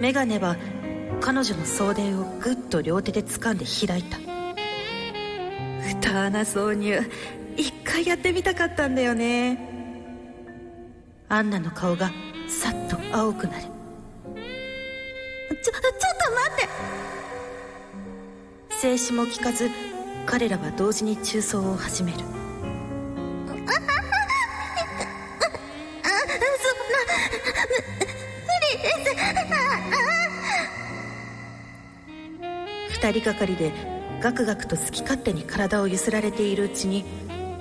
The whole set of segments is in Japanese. メガネは彼女の送電をぐっと両手で掴んで開いた歌穴挿入一回やってみたかったんだよねアンナの顔がさっと青くなるちょちょっと待静止も聞かず彼らは同時に中走を始めるってあそんなむ無理です二人がかりでガクガクと好き勝手に体を揺すられているうちに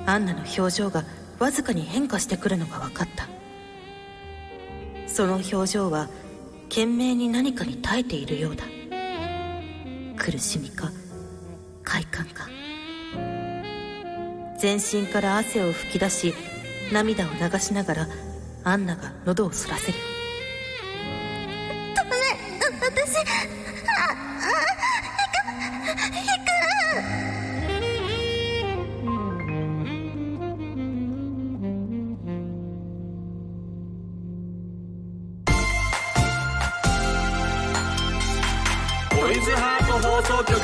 アンナの表情がわずかに変化してくるのが分かったその表情は懸命に何かに耐えているようだ苦しみか快感か全身から汗を噴き出し涙を流しながらアンナが喉をそらせるダメ私ああひくひくトイズハート放送局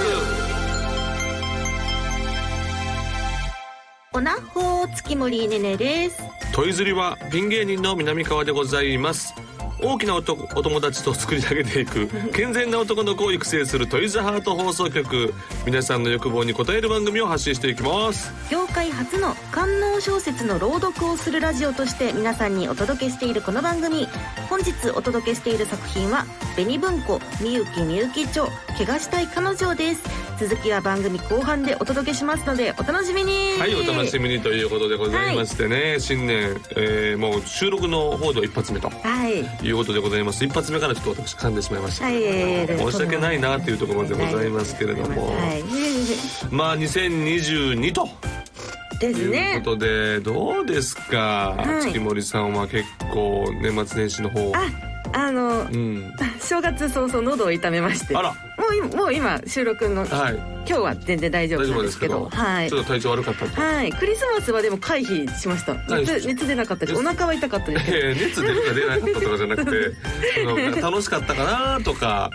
おなほー月森ねねですトイズリはピン芸人の南川でございます大きな男お友達と作り上げていく健全な男の子を育成するトイズハート放送局皆さんの欲望に応える番組を発信していきます業界初の官能小説の朗読をするラジオとして皆さんにお届けしているこの番組本日お届けしている作品は「紅文庫みゆきみゆき町怪我したい彼女」です続きは番組後半でお届けしますのでお楽しみにはいお楽しみにということでございましてね、新年、えーもう収録の報道一発目とはいいうことでございます一発目からちょっと私噛んでしまいました、はいえー申し訳ないなというところでございますけれども、はい、まあ2022とでとすいうねことで、どうですか、はい月森さんは結構年末年始の方ああの、うん正月早々喉を痛めましてあらもう今もう今収録の、はい今日は全然大丈大夫丈なん夫でですすけけどどはいちょっと体調悪かったと、はい、クリスマスはでも回避しました回避熱熱出なかったですお腹は痛かったですけどえー熱出た出なかったとかじゃなく てその楽しかったかなとか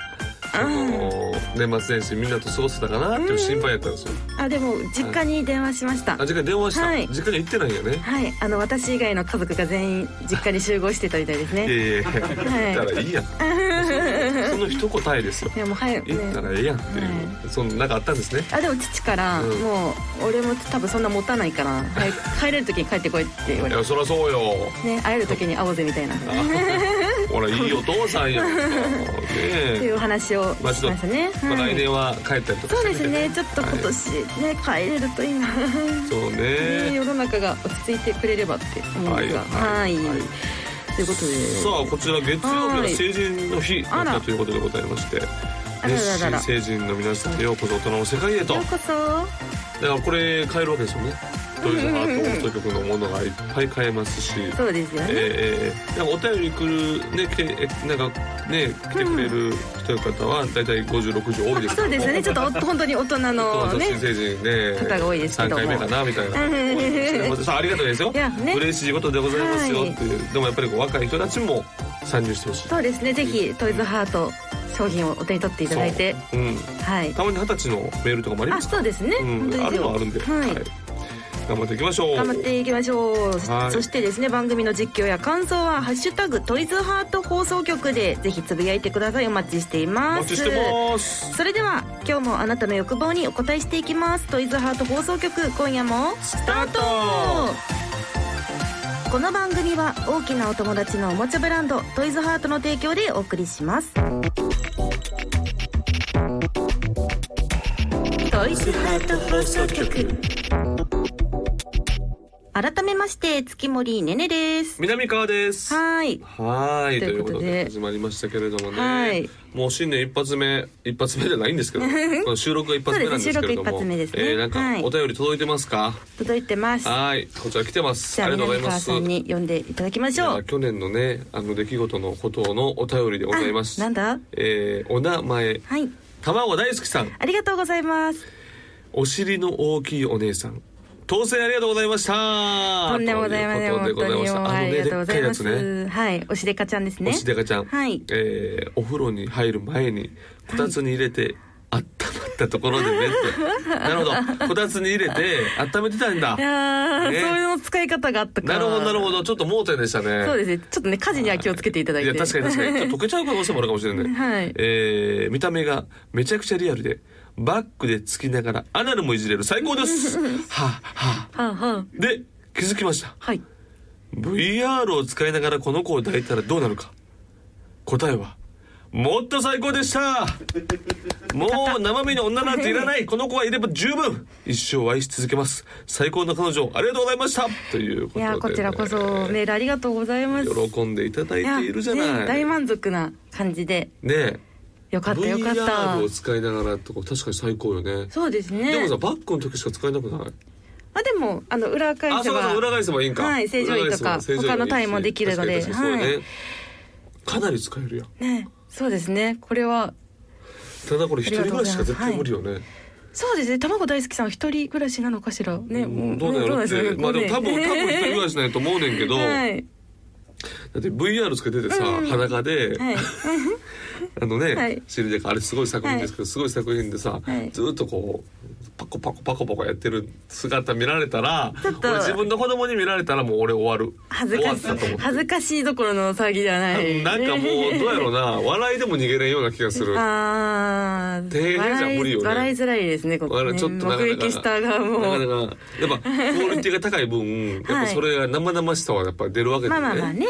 その年末年始みんなと過ごせたかなっていう心配やったんですよあでも実家に電話しましたあ実家に電話した、はい実家に行ってないよねはいあの私以外の家族が全員実家に集合してたみたいですいやねいやいや行ったらいいやんその一答えですよいやもう早 くね行ったらええやんっていう、そんななんかあったんですねあでも父から、うんもう俺も多分そんな持たないから早 く帰れる時に帰ってこいって言わいれやそりゃそうよてね会える時に会おうぜみたいなっ ほらいいお父さんやんかねてえいうお話をしままあちょっとしたね、まあ、はい来年は帰ったりとかそうでしてすみてねちょっと今はい年ね、帰れるといいなそうね、ね世の中が落ち着いてくれればって思うんですがははいい、はいということでさあこちら月曜日ははい成人の日だあったらということでございましてあら熱らら心ら成人の皆さんようこそ大人の世界へとようだこそからこれ買えるわけですよねトイズハート放送局のものがいっぱい買えますしそうですよね、えーえーなんかお便り来るねけえなんかね来てくれる人方は大体56時多いですけどもそうですよねちょっとお本当に大人のそうね新成人ね方が多いですけ3ども回目かなみたいなうんうんうんうんそうありがたいですよいやね嬉しいことでございますよっていう、でもやっぱりこう若い人たちも参入してほしいそうですねぜひトイズハート商品をお手に取っていただいてそううんはいたまに二十歳のメールとかもありまあすそうですね、うん本当にあるのはあるんで、はい頑張っていきましょう頑張っていきましょう、はいそしてですね番組の実況や感想は「ハッシュタグトイズハート放送局」でぜひつぶやいてくださいお待ちしていおます待ちしてますそれでは今日もあなたの欲望にお答えしていきますトイズハート放送局今夜もスタートこの番組は大きなお友達のおもちゃブランドトイズハートの提供でお送りしますトイズハート放送局改めまして月森ねねです南川ですははいーいとといいううここととでで始まりましたけれどもね、はいもう新年一発目一発目じゃないんですけ どこの収録が一発目なんですけれどもそうです収録一発目ですねえーなはんかいお便り届いてますか、届いてますはい、こちら来てます。じあゃありがとうござい南ま川す。さんに読んでいただきましょう去年のね、あの出来事のことのお便りでございます。あなんだえーお名前、はい卵大好きさん、ありがとうございますお尻の大きいお姉さん。当選ありがとうございましたとんでもございませんとう本こと当でごにざいもうましたああのりねがでとうごっざかいいまやつす、ねはいおしでかちゃんですねおしでかちゃん、はいえーお風呂に入る前にこたつに入れて、温まったところでねってなるほどこたつに入れて温めてたんだ いやー、ねそういうの使い方があったかならるほどなるほどちょっと盲点でしたねそうですねちょっとね火事には気をつけていただいいてや確かに確かにちょっと溶けちゃう可能性もあるかもしれない、はいえー見た目がめちゃくちゃリアルでバックでつきながらアナルもいじれる最 高ですはあ、はあ、はあ、はあ、で気づきましたはい VR を使いながらこの子を抱いたらどうなるか答えはもっと最高でしたもう生身の女なんていらないこの子がいれば十分一生愛し続けます最高の彼女ありがとうございましたということいで、やね、ーこちらこそメールありがとうございます喜んでいただいているじゃやなねい大満足な感じでねえよかったよかった VR を使いながらとか確かに最高よねそうですねでもさバックの時しか使えなくないあでもあの裏あ返せそうかそうば裏返せばいいんかはい正常位とか裏返せば正常位他の単位もできるので確かに確かにそうはねかなり使えるやんねそうですねこれはただこれ一人暮らししか絶対無理よね、そうですね卵大好きさんは一人暮らしなのかしらねもうどうだねよなんって、ですかねまあでも多分多ね分一人暮らしないと思うねんけど、はいだって VR つけててさ、裸で、はいあのね、はいシリジェカあれすごい作品ですけど、すごい作品でさ、はいずーっとこうパコパコパコパコやってる姿見られたらちょっと俺自分の子供に見られたらもう俺終わる恥ずかしい終わったと思って恥ずかしいどころの騒ぎではないなんかもうどうやろうな笑いでも逃げれんような気がする。あー手じゃ無理よ笑いね笑いづらいですねこだかこらねちょっとなかなか目撃した側もなかなかやっぱクオリティが高 い分、やっぱそれが生々しさはやっぱ出るわけでまね。あまあまあね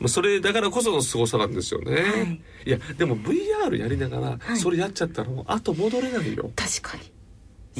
まあそれだからこその凄さなんですよね。はいい、やでも VR やりながはらいそれやっちゃったらもう後戻れないよ。確かに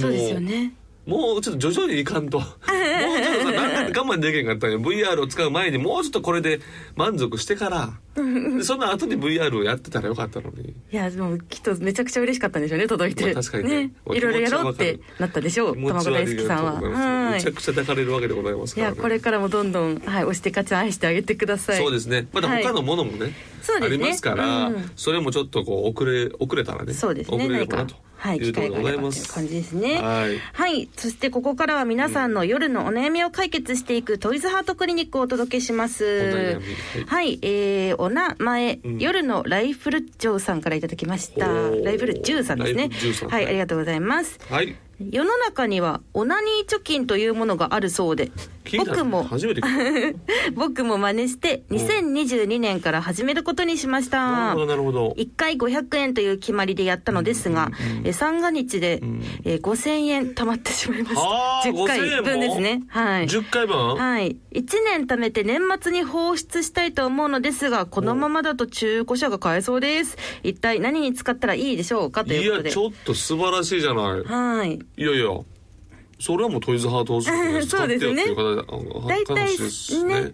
そうですよねもうちょっと徐々にいか んと。もうちょっとさなんか我慢できへんかったんよ。VR を使う前にもうちょっとこれで満足し てから、でその後に VR をやってたらよかったのに。いやでもきっとめちゃくちゃ嬉しかったんでしょうね届いてまあ確かにねまあいろいろやろうっ気持ちはてわかなったでしょう気持卵ち悪大い好きさんはと思いますはめちゃいくちゃ抱かれるわけでございますいから、やね。これからもどんどんはい押して勝ち愛してあげてくださいそうですね。まだはい他のものもね、そうあですりねますから、うんそれもちょっとこう遅れ遅れたらね、そうですね遅れる何かなかとはいい機うとこ会ろがであればございまというす。感じですねはいはいそしてここからは皆さんの夜のお悩みを解決していくトイズハートクリニックをお届けしまおす悩みはいはいえーお名前うん夜のライフルジョーさんからいただきましたおーライフルジューさんですライねフルジューさんはいありがとうございますはい。世の中にはオナニー貯金というものがあるそうで聞いた僕も初め て聞い。僕も真似して2022年から始めることにしましたたなるほどなるほど。 1回500円という決まりでやったのですが、えー三が日で、んえー5000円貯まってしまいましあたー10回5000円も分ですねはい十回分？はい、1年貯めて年末に放出したいと思うのですがこのままだと中古車が買えそうです一体何に使ったらいいでしょうかとい、いうことやでちょっと素晴らしいじゃない。はいいやいや。それはもうトイズハートを使ってよそうってですねいう方大体話ですねね。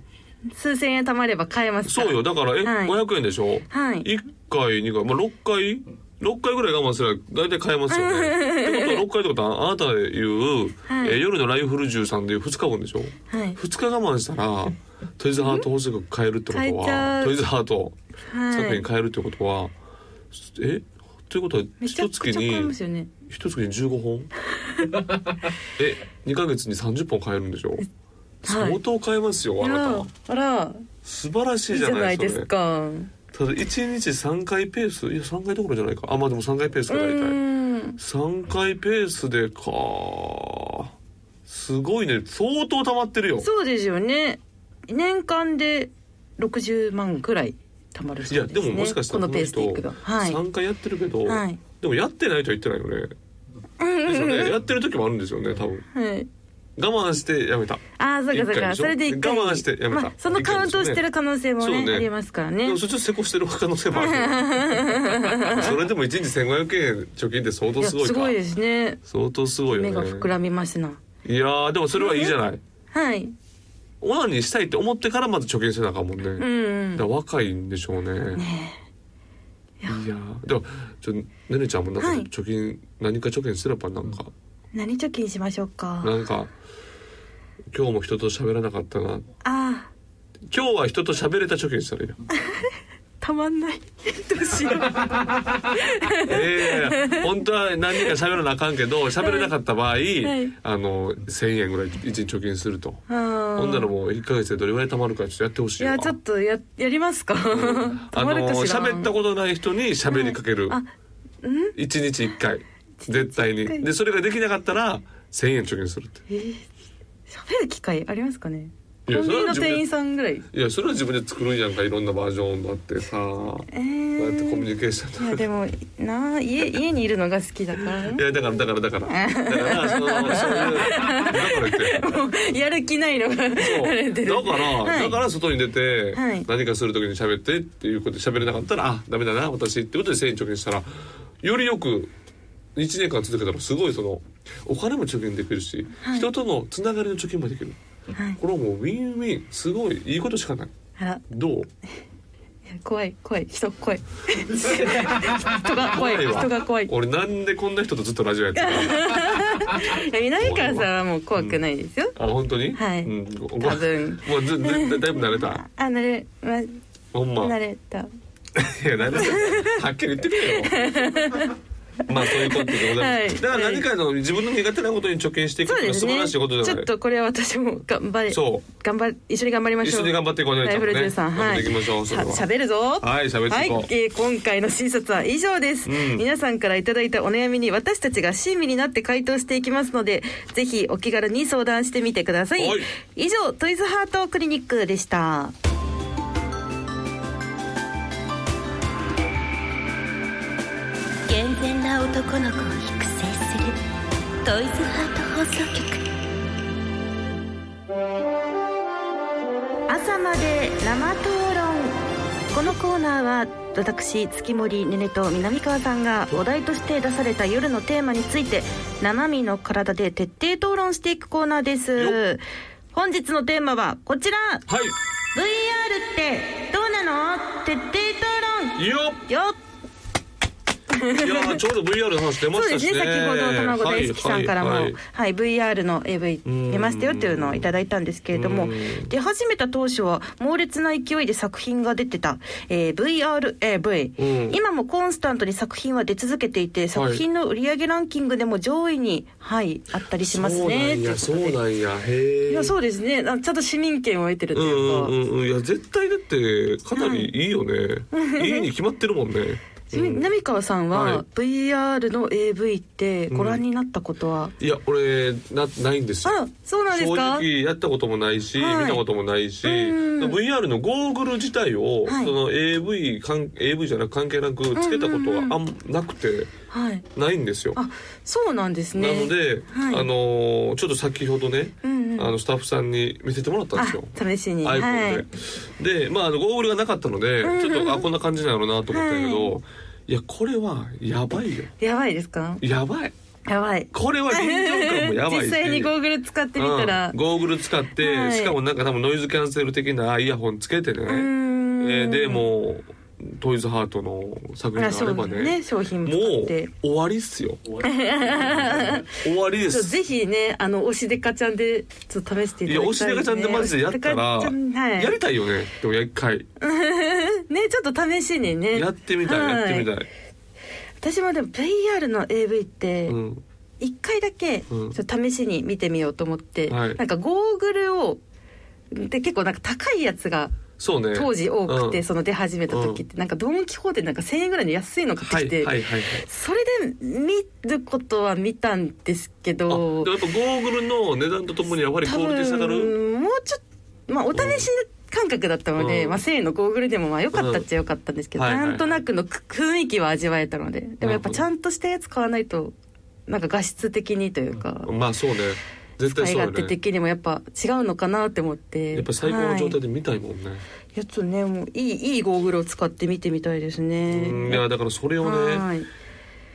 数千円貯まれば買えますからそうよだからえ、はい500円でしょ、はい1回2回、まあ、6回6回ぐらい我慢すれば大体買えますよねってことは6回ってことはあなたで言う、はいえー夜のライフル銃さんでいう2日分でしょはい2日我慢したらトイズハート宝石買えるってこと買えちゃはうトイズハートはい作品買えるってことは、えということはめちゃ一くちゃ月買えにますよね一月に15本 え2ヶ月に30本買えるんでしょ、相当買えますよあいなやたあら素晴らしいいいじじゃゃなないいそれですかただ1日3回ペースいや3回どころじゃないかあまあでも3回ペースかう大体ーん3回ペースでかすごいね相当溜まってるよそうですよね年間で60万くらい貯まるいそうやです、でね、ももしかしたらここのペのース人でいくとはい3回やってるけど、はいでもやってないとは言ってないよねですよねやってる時もあるんですよね多分はい我慢してやめたああそうかそう一回かでしょそれで一回我慢してやめたまあ、そのカウントをしてる可能性も一回ねですねそうねありますからでねもそれちょっと成功してる可能性もあ るよそれでも1日1500円貯金って相当いやすごいかすごいですね相当すごいよね目が膨らみますないやーでもそれはいいじゃない、はいオナニーしたいって思ってからまず貯金せなあかんもんね、うんうんだから若いんでしょうね。いやーでもちょねねちゃんもなんかはい貯金、何か貯金すればなんか何貯金しましょうかなんか今日も人と喋らなかったなああ今日は人と喋れた貯金したらいいよーたまんない どうしようええ本当は何人か喋らなあかんけど喋れなかった場合、いあの1,000円ぐらい一日貯金すると、ほほんならもう1か月でどれぐらい貯まるかちょっとやってほしいいわやちょっとややりますか、あ 止のまるかしら喋ったことない人に喋りかける、あうん一1日1回絶対に一日一回でそれができなかったら1,000円貯金するってえー喋る機会ありますかねいやコンビニのそれは自分で店員さんぐらいいやそれは自分で作るんやんかいろんなバージョンだってさこえうやってコミュー、ニケーションいやでもなあ家家にいるのが好きだ からいやだからだからだからだからそのそういう だからってもうやる気ないのがバ そうレてるだから、はいだから外に出て、はい何かする時に喋ってっていうことで喋れなかったらあダメだな私ってことで1,000円貯金したらよりよく1年間続けたらすごいそのお金も貯金できるし、人とのつながりの貯金もできるはい、これはもうウィンウィンすごいいいことしかないあらどういや怖い怖い人怖い人が 怖いわ人が怖いい俺なんでこんな人とずっとラジオやってたのや南川さんはもう怖くないですよ、あ本当にはいうん、多分もうずずだいぶ慣れたあ慣れ、ま、ほんま慣れたいや、なんではっきり言ってくれよ。まあ、そういうことでございます。はいだから、何かの自分の苦手なことに貯金していくそのうはです素ね晴らしいことじちゃょなっい。とこれは私も頑張れそう頑張一緒に頑張りましょう一緒に頑張っていこうねライフルジュンさんちはゃんとね頑張いっていきましょうそれはしゃべるぞはい喋っていこうはいえー今回の診察は以上です、うん皆さんからいただいたお悩みに私たちが親身になって回答していきますのでぜひお気軽に相談してみてくださいはい以上トイズハートクリニックでした健全な男の子を育成するトイズハート放送局朝まで生討論このコーナーは私月森ねねと南川さんがお題として出された夜のテーマについて生身の体で徹底討論していくコーナーです本日のテーマはこちら VR はってどうなの徹底討い。よ論よっっ。いや、ちょうど VR の話出まそうしですたしね。ね先ほど卵大好きさんからも、ははいいはいはい VR の AV うん出ましたよというのをいただいたんですけれどうもん出始めた当初は猛烈な勢いで作品が出てた、えー VRAV、うん今もコンスタントに作品は出続けていて作品の売り上げランキングでも上位に、はい、あったりしますそうなねんや、そといううことでなんや。へえ。いやそうですねあちゃんと市民権を得てるとういうか、んうんうんうん。いや、絶対だって、かなりいい よね。いいに決まってるもんね。うん浪川さんは、はい VR の AV ってご覧になったことは、いや、俺、な、ないんですよあ。らそうなんです正か直やったこともないし、はい見たこともないし、うんうん VR のゴーグル自体を、はいその AV 関 AV じゃなく関係なくつけたことはあんなくてはいないんですよ。あそうなんですねなので、はいあのーちょっと先ほどね、うんうんあのスタッフさんに見せてもらったんですよ。あ試しに iPhone で、でまああのゴーグルがなかったので、んうんちょっとあこんな感じなのなと思ったけど、い、やこれはやばいよやばいですかやばいやばいこれは臨場感もやばいし 実際にゴーグル使ってみたらうん、ゴーグル使って、はいしかもなんか多分ノイズキャンセル的なイヤホンつけてね、えうーんーでもうトイズハートの作品あがあそれうばですねね商品もも使っうて終わり っすよ終わりでちょすぜひねあの推しデカちゃんでちょっと試していいたやだおきしたいででかすちゃねんでマジでやった推ら、しデカちゃんはいやりたいよねでも一 回ねちょっと試しにねやってみたい、やってみた、はい私もでも VR の AV って、うん、一回だけちうょんっと試しに見てみようと思って、はいなんかゴーグルをで結構なんか高いやつがそうね当時多くて、うんその出始めた時って、なんかドン・キホーテでなんか1,000円ぐらいの安いの買っはていきはて、いはいはいそれで見ることは見たんですけあでどもやっぱゴーグルの値段とともにやっぱりク多オリティ下がる分もうちょっとまあお試し感覚だったので、うんまあ、1,000円のゴーグルでもまあ良かったっちゃ良かったんですけど、うんはいはいなんとなくのく雰囲気は味わえたのででもやっぱちゃんとしたやつ買わないとなんか画質的にというか。まあそうね絶対使いそうよ勝手ね的にもやっぱ違うのかなって思ってやっぱ最高の状態はい、で見たいもんね、いやちょっとねもういいいいゴーグルを使って見てみたいですうんねいやだからそれをはねい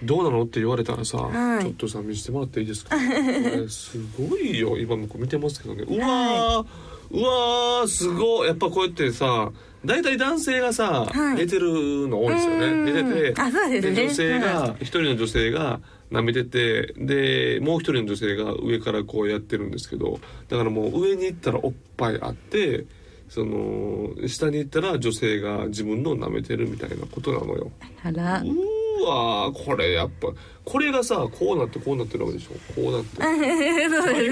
どうなのって言われたらさ、はいちょっとさ見せてもらっていいです かこれすごいよ今もこう見てますけどねうわー、うわーすごいやっぱこうやってさ大体男性がさ、はい寝てるの多いですようねん寝ててあそうですね女性はが一人の女性が舐めててでもう一人の女性が上からこうやってるんですけどだからもう上に行ったらおっぱいあってその下に行ったら女性が自分のを舐めてるみたいなことなのよあらうわーこれやっぱこれがさこうなってこうなってるわけでしょこうなって最高や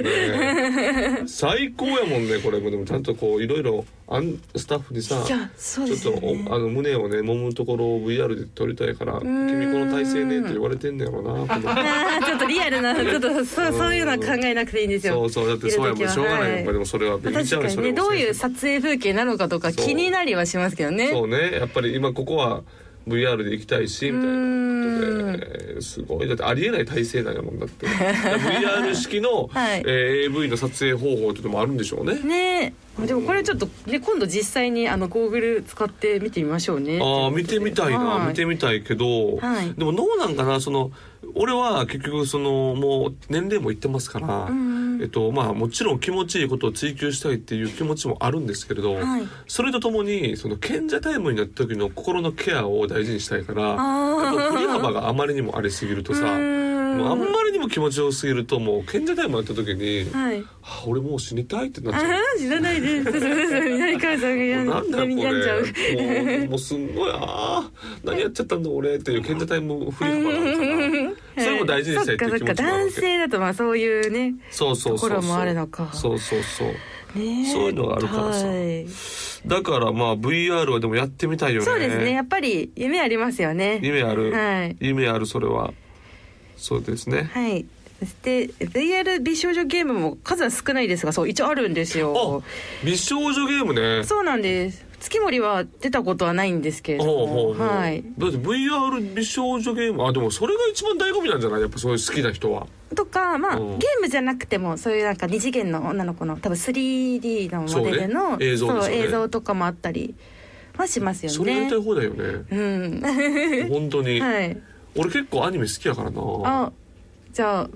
んね最高やもんねこれもでもちゃんとこういろいろあんスタッフにさいちやそうょでっすとよねおあの胸をね揉むところを VR で撮りたいから「君この体勢ね」って言われてんだよなこのあーちょっとリアル なちょっとそそういうのは考えなくていいんですよそうそうだってそうやもんしょうがないやんかでもそれはまあ見ち確かゃうよにそれねはどういう撮影風景なのかとかそう気になりはしますけどねそうねやっぱり今ここは VR で行きたいしみたいなことですごいだってありえない体勢なんやもんだっ てだから VR 式の、はいえー AV の撮影方法ってのもあるんでしょうねねえでもこれちょっと、ね、今度実際にあのゴーグル使って見てみましょうねああ見てみたいな、はい見てみたいけど、はいでもどうなんかなその俺は結局そのもう年齢もいってますから、えっとまあ、もちろん気持ちいいことを追求したいっていう気持ちもあるんですけれど、はいそれとともにその賢者タイムになった時の心のケアを大事にしたいからやっぱ振り幅があまりにもありすぎるとさもうあんまりにも気持ちよすぎるともう賢者タイムになった時に、はいあ俺もう死にたいってなっあちゃう。ー知らないですそ うそうそう南川さんがやんなんだこれやんじゃうもうもうすんごいあー何やっちゃったんだ俺っていう賢者タイム振り幅なのかなそれも大事にしたいっていう気持ちそっもあるかそっかわ男け性だとまあそういうねそうそうそうとこそろうもあるのかそうそうそうねえそういうのがあるからさはいだからまあ VR はでもやってみたいよねそうですねやっぱり夢ありますよね夢ある、はい夢あるそれはそうですね、はいそして VR 美少女ゲームも数は少ないですがそう一応あるんですよあ美少女ゲームねそうなんです月森は出たことはないんですけれどほうほうもほうはいだって VR 美少女ゲームあでもそれが一番醍醐味なんじゃないやっぱそういう好きな人はとかまあうゲんームじゃなくてもそういうなんか二次元の女の子の多分 3D のモデルそうのね映像ですそうよね映像とかもあったりはしますよそれやりねたい放題 よねうん本当に、はい俺結構アニメ好きやからなあじゃあ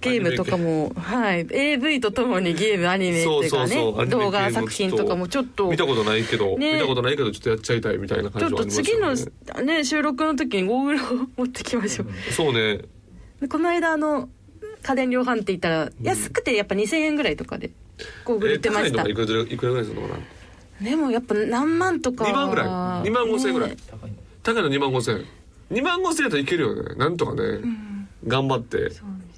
ゲームとかもはい AV とともにゲームアニメっていうかねそうそうそうアニメ動画作品とかもちょっと見たことないけど、ね見たことないけどちょっとやっちゃいたいみたいなちょっ感じはあとります次よのねね収録の時にゴーグルを持ってきましょう、そうねでこの間あの家電量販店行ったら安くてやっぱ2000円ぐらいとかでゴーグル売えってま高いしのた、はいくらいくらぐらいするのかなでもやっぱ何万とか2万ぐらい2万5千円ぐらい、ね高いの高いの2万5千円2万5千円だといけるよねなんとかね、頑張って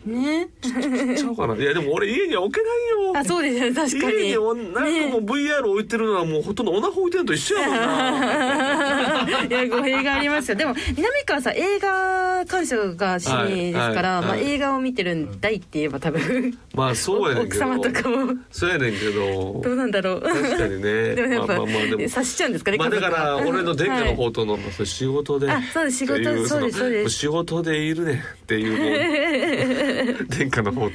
ね行っちゃおうかないやでも俺家には置けないあよそうですね確かに家におなんかもう VR 置いてるのはもうほとんどオナホ置いてるのと一緒やも んないや語弊がありますよでも南川さん映画鑑賞が趣味ですから、はいはいまあ、はい映画を見てるんだいって言えば多分まあそうやねん奥けど様とかもそうやねんけどどうなんだろう確かにね でもやっぱ、まあまあまあでも察しちゃうんですかね、まあ、だ家か族はら俺の殿下のはい方との、それ仕事であそうです仕事っていそうですのそうです仕事でいるねっていうもう 殿下の方と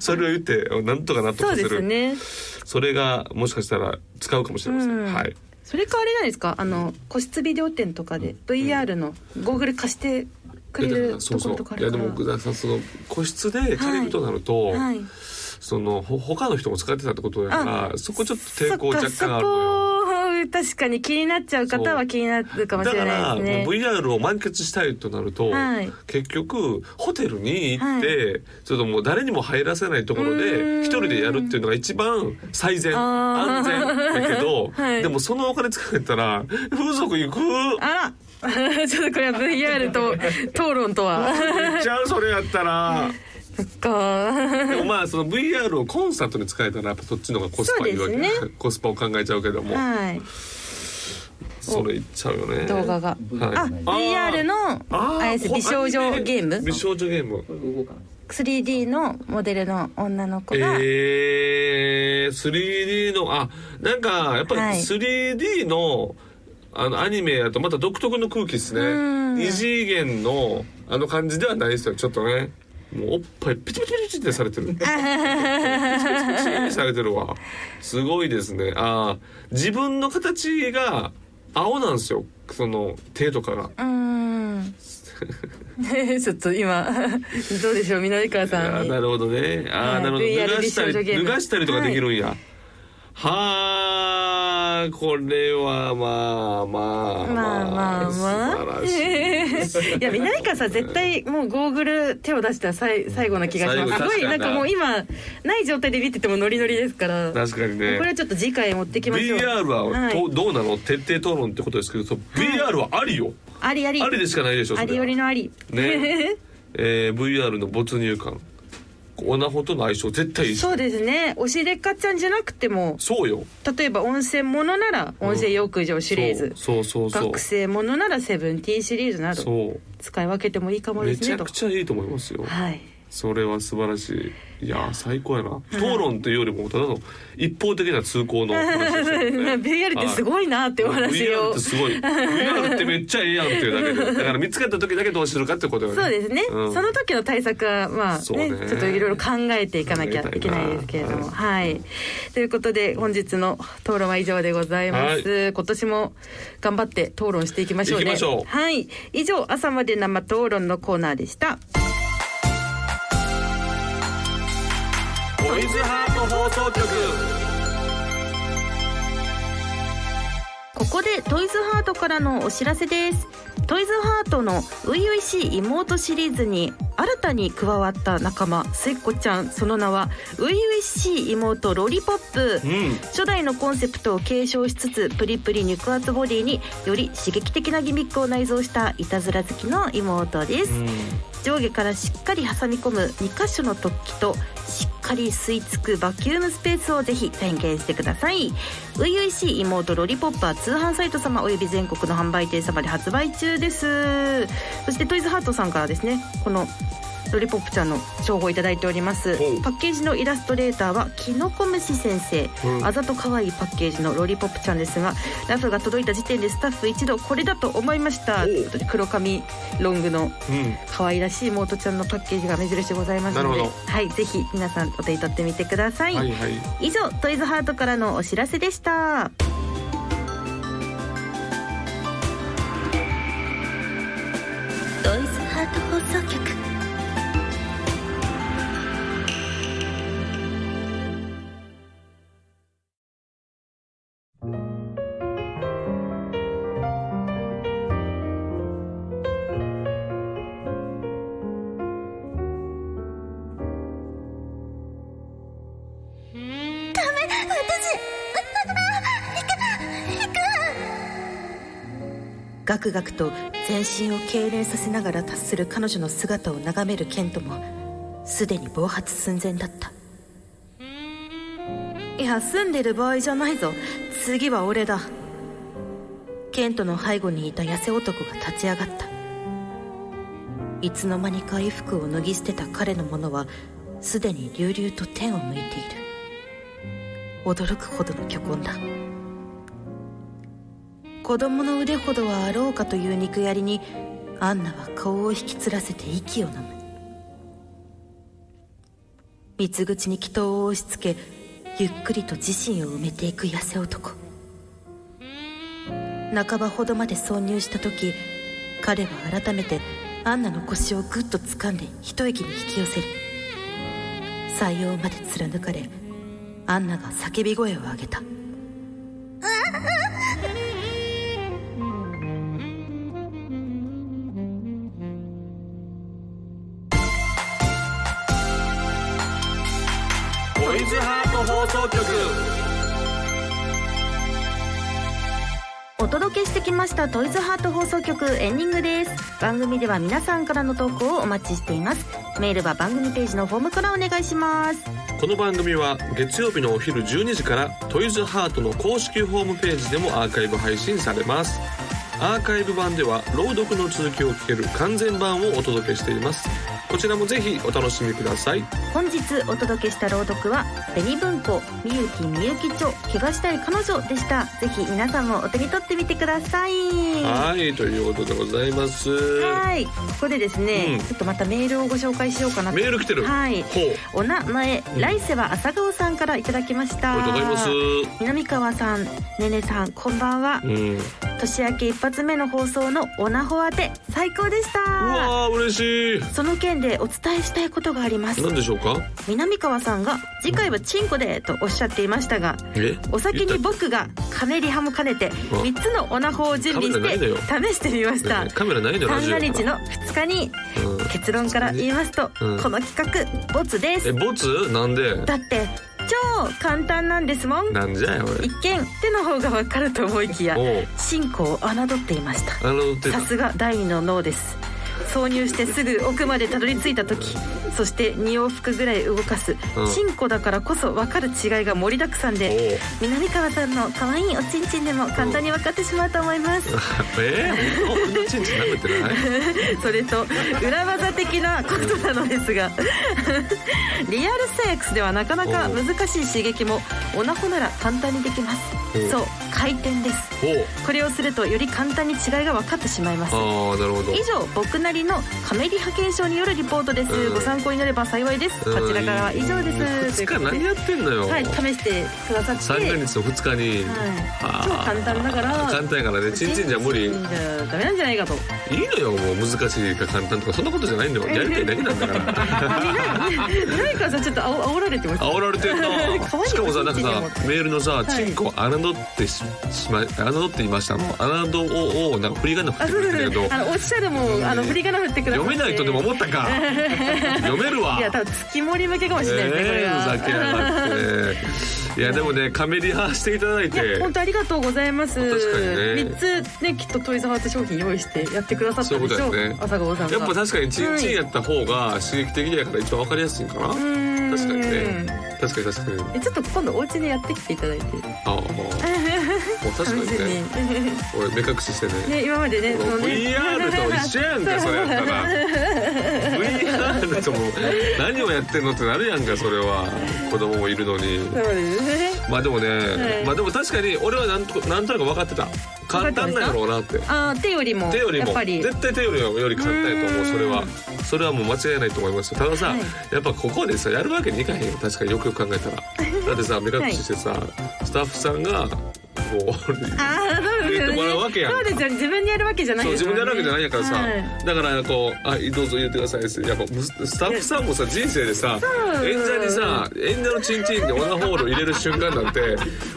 それを言ってなんとか納得そさうせでるすねそれがもしかしたら使うかもしれません、うんはいそれかあれないですかあの個室ビデオ店とかで VR のゴーグル貸してくれいやだかるらそとうこそろうとかあいやるかでらも奥田さんその個室で借りるとなると、はいそのほ他の人も使ってたってことだからそこちょっと抵抗若干あるそのよっかそこ確かに気になっちゃう方は気になるかもしだれかなら、いですねもう VR を満喫したいとなると、はい結局ホテルに行って、ちょっともう誰にも入らせないところうーでん一人でやるっていうのが一番最善あー安全だけど、 はいでもそのお金使えたら風俗行くあら ちょっとこれは VR と討論とは。行っちゃうそれやったら。そっか。でもまあその VR をコンサートに使えたらやっぱそっちの方がコスパいいわけ、そうですねコスパを考えちゃうけども、はい。それいっちゃうよね動画が。はいあ、VR のあー IS こ美少アニ女メゲーム美少女ゲームこれ動かない 3D のモデルの女の子が、えー、3D のあなんかやっぱりはい 3D の,、あのアニメやとまた独特の空気ですねん二次元のあの感じではないですよちょっとねもうおっぱいピチピチピチってさ れてるピチピチピチってされてるわすごいですねあー自分の形が青なんですよその手とかがうー ん。ちょっと今どうでしょう南川あさんーなるほどね。あー、はいなるほど。 VR 脱がした美少女りゲー脱ムがしたりとかできるんや。はやーこれはまあまあまあまあまあ。素晴らしい。いや南川さん絶対もうゴーグル手を出したさい最後な気がします。す最後ごい確かなにんなかもう今ない状態で見ててもノリノリですから。確かにねこれはちょっと次回持ってきましょう。 VR は、はいとどうなの徹底討論ってことですけど、そう VR はありよ、ありあり。ありでしかないでしょそあれはりよりのあり。ねえー VR の没入感オナホとの相性絶対いい しそうですね。おしでっかちゃんじゃなくてもそうよ例えば温泉ものなら温泉浴場シリーズ。そうそうそう学生ものならセブンティーンシリーズなそうど使い分けてもいいかそもうでめすちねゃとく。ちゃいいと思いますよはい。それは素晴らしいいやー最高やな、討論というよりもただの一方的な通行の話で すよね VR ってすごいなってお話 VR っをて。すごい VR ってめっちゃええやんっていうだけでだから見つかった時だけどうするかってことよねそうですね、うんその時の対策はまあそうねねちょっといろいろ考えていかなきゃ考えたいないけないですけれどもはい、ということで本日の討論は以上でございます、今年も頑張って討論していきましょうねいきましょうはい以上朝まで生討論のコーナーでしたトイズハート放送局ここでトイズハートからのお知らせですトイズハートの初々しい妹シリーズに新たに加わった仲間末っ子ちゃんその名は初々しい妹ロリポップうん初代のコンセプトを継承しつつプリプリ肉厚ボディにより刺激的なギミックを内蔵したいたずら好きの妹です、上下からしっかり挟み込む2箇所の突起としっかり吸い付くバキュームスペースをぜひ体験してください初々しい妹ロリポップは通販サイト様および全国の販売店様で発売中ですそしてトイズハートさんからですねこのロリポップちゃんの称号をいただいておりますほうパッケージのイラストレーターはキノコ虫先生、うんあざと可愛いパッケージのロリポップちゃんですがラフが届いた時点でスタッフ一同これだと思いましたおうということで黒髪ロングのうん可愛らしい妹ちゃんのパッケージが目印ございますのなでるほはいぜひ皆さんお手に取ってみてください、はいはい以上トイズハートからのお知らせでしたトイズハート放送局ガクガクと全身を痙攣させながら達する彼女の姿を眺めるケントもすでに暴発寸前だったいや住んでる場合じゃないぞ次は俺だケントの背後にいた痩せ男が立ち上がったいつの間にか衣服を脱ぎ捨てた彼のものはすでに隆々と天を向いている驚くほどの巨根だ子供の腕ほどはあろうかという肉槍にアンナは顔を引きつらせて息を飲む水口に祈祷を押し付けゆっくりと自身を埋めていく痩せ男半ばほどまで挿入した時彼は改めてアンナの腰をぐっと掴んで一息に引き寄せる採用まで貫かれアンナが叫び声を上げたトイズハート放送局お届けしてきましたトイズハート放送局エンディングです番組では皆さんからの投稿をお待ちしていますメールは番組ページのフォームからお願いしますこの番組は月曜日のお昼12時からトイズハートの公式ホームページでもアーカイブ配信されますアーカイブ版では朗読の続きを聞ける完全版をお届けしていますこちらもぜひお楽しみください本日お届けした朗読は紅文庫みゆきみゆき町怪我したい彼女でしたぜひ皆さんもお手に取ってみてくださいはいということでございますはいここでですね、うんちょっとまたメールをご紹介しようかなとメール来てるはいほうお名前、ん来世は朝顔さんからいただきましたありがとうございます南川さんねねさんこんばんはうん年明け一発目の放送のオナホ当て最高でしうたわー嬉しその件でお伝えしたいことがありますい何でしょうか南川さんが次回はチンコでとおっしゃっていましたがえお先言にっ僕がカメリハも兼ねてあ3つのオナホを準備カメラないのよして試してみましたたねカメラないのよラ三ジオが日の2日にうん結論から言いますと、うんこの企画ボツですえボツなんでだって超簡単なんですもんなんじゃい一見手の方がわかると思いきや俺おう進行を侮っていましたあのってさすが第二の脳です挿入してすぐ奥までたどり着いた時そして2往復ぐらい動かすうんチンコだからこそ分かる違いが盛りだくさんでおう南川さんの可愛いおちんちんでも簡単に分かってしまうと思いますえー、俺のチンチン舐め てないそれと裏技的なことなのですが リアルセックスではなかなか難しい刺激もオナホなら簡単にできまおうすそう回転ですおうこれをするとより簡単に違いが分かってしまいますああなるほど以上僕なりのカメリハ検証によるリポートです、うんご参考になれば幸いです、こちらからは以上です2とい日うこと何でやってんのよ、はい試してくださって三が日の2日に、はい、あー超簡単だから簡単やからねちんちんじゃ無理いいチンチンじゃダメなんじゃないかとのよもう難しいか簡単とかそんなことじゃない んだよやりたいだけなんだから南川さんちょっとあお煽られてます煽られて ん可愛ないしかもさなんかさちんちんでメールのさ「チンコを侮ってししまい侮っていました」の「侮を」をなんか振り仮名振っあてそうくそれうてるけそうどあのおっしゃるもんあの振り仮名振ってくださって読めないとでも思ったか読める わいや多分月盛り向けかもしれないですね、これえーがふざけやがっていやでもねカメリハしていただいいやて本当ありがとうございます。確かにね三つねきっとトイザハート商品用意してやってくださったでしそういょうことですね朝顔さんが。やっぱ確かにチンチンやった方が刺激的だから一番わかりやすいんかな、うん確かにね確かに確かにえちょっと今度お家でやってきていただいて ああもう確か楽にしねみに俺目隠ししてねね今まで ねそのね VR と一緒やんかそれやったら VR ともう何をやってんのってなるやんかそれは子供もいるのにそうですねまあでもね、はいまあでも確かに俺はなんとなんとなく分かってた簡単なんやろうなってあー手よりも手よりやもっぱり絶対手よりより簡単やと思ううんそれはそれはもう間違いないと思いますよたださ、はいやっぱここでさやるわけにいかへんよ確かによくよく考えたらだってさ目隠ししてさ、スタッフさんがこ うああそうです入れよてもらうわけねやんかそうですよね自分でやるわけじゃないそうです自も分んでねやるわけじゃないんやからさ、はいだからこう「あどうぞ入れてください」ですやっぱむスタッフさんもさ人生でさ演者にさ演者のチンチンでオナホールを入れる瞬間な んて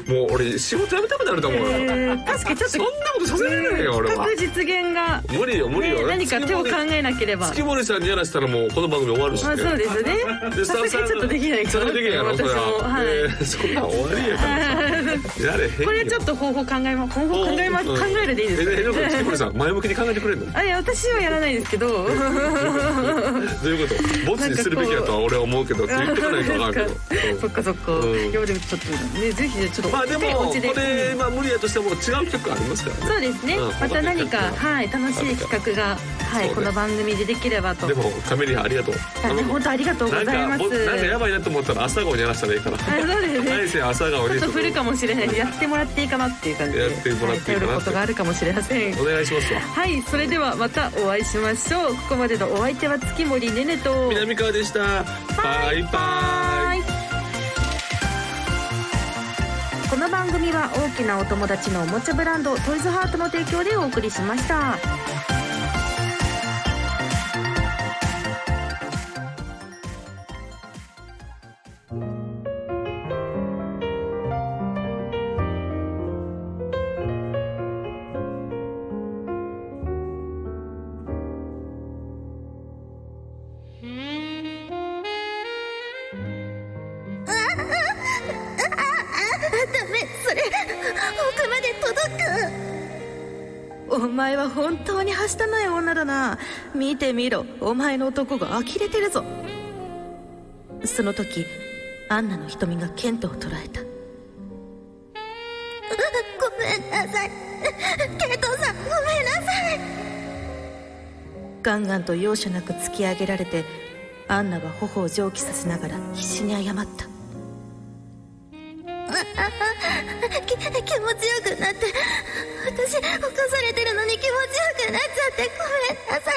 もう俺仕事辞めたくなると思うよ、えー確かにちょっそとんなことさせられないよ俺は企画実現が無理よ無理よ、ね何か手を考えなければ月森さんにやらせたらもうこの番組終わるしまあそうですねでスタさッフすさがんにちょっとできないそかれなもできないやろ私もそれは、はいえーそんなん終わりやからやれへんよ これちょっと方法考えます方法考えますうん考えるでいいですえ えなんか月森かさん前向きに考えてくれるのあいや私はやらないですけどどういうことボツにするべきだとは俺は思うけ どって言ってかないとわかるけどそっかそっか、うんいやでもちょっとねぜひねちょっとまあでもねおこ家でれうんまあ無理やとしても違う曲ありますからそねうですね、うんまた何かはい楽しい企画がはい、そうねこの番組でできればとでもカメリハありがとうあね本当ありがとうござないんかますぼなんかやばいなと思ったら朝顔にやらせたらいいからあそうですね大勢朝顔ちょにっと振るかもしれないやってもらっていいかなっていう感じでやってもらっていいかなは頼るこってとがあるかもしれませんお願いしますわはいそれではまたお会いしましょうここまでのお相手は月森ねねと南川でしたバイバイこの番組は大きなお友達のおもちゃブランドトイズハートの提供でお送りしました。ダメそれ奥まで届くお前は本当にはしたない女だな見てみろお前の男が呆れてるぞその時アンナの瞳がケントを捉えたごめんなさいケイトさんごめんなさいガンガンと容赦なく突き上げられてアンナは頬を蒸気させながら必死に謝ったき気持ちよくなって私犯されてるのに気持ちよくなっちゃってごめんなさ